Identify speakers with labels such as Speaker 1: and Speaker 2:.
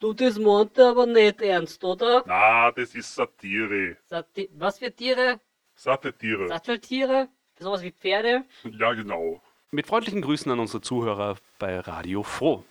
Speaker 1: Du, das meint er aber nicht ernst, oder?
Speaker 2: Na, das ist Satire.
Speaker 1: Sati was für Tiere?
Speaker 2: Satte Tiere.
Speaker 1: Satteltiere? Sowas wie Pferde?
Speaker 2: Ja, genau.
Speaker 3: Mit freundlichen Grüßen an unsere Zuhörer bei Radio Froh.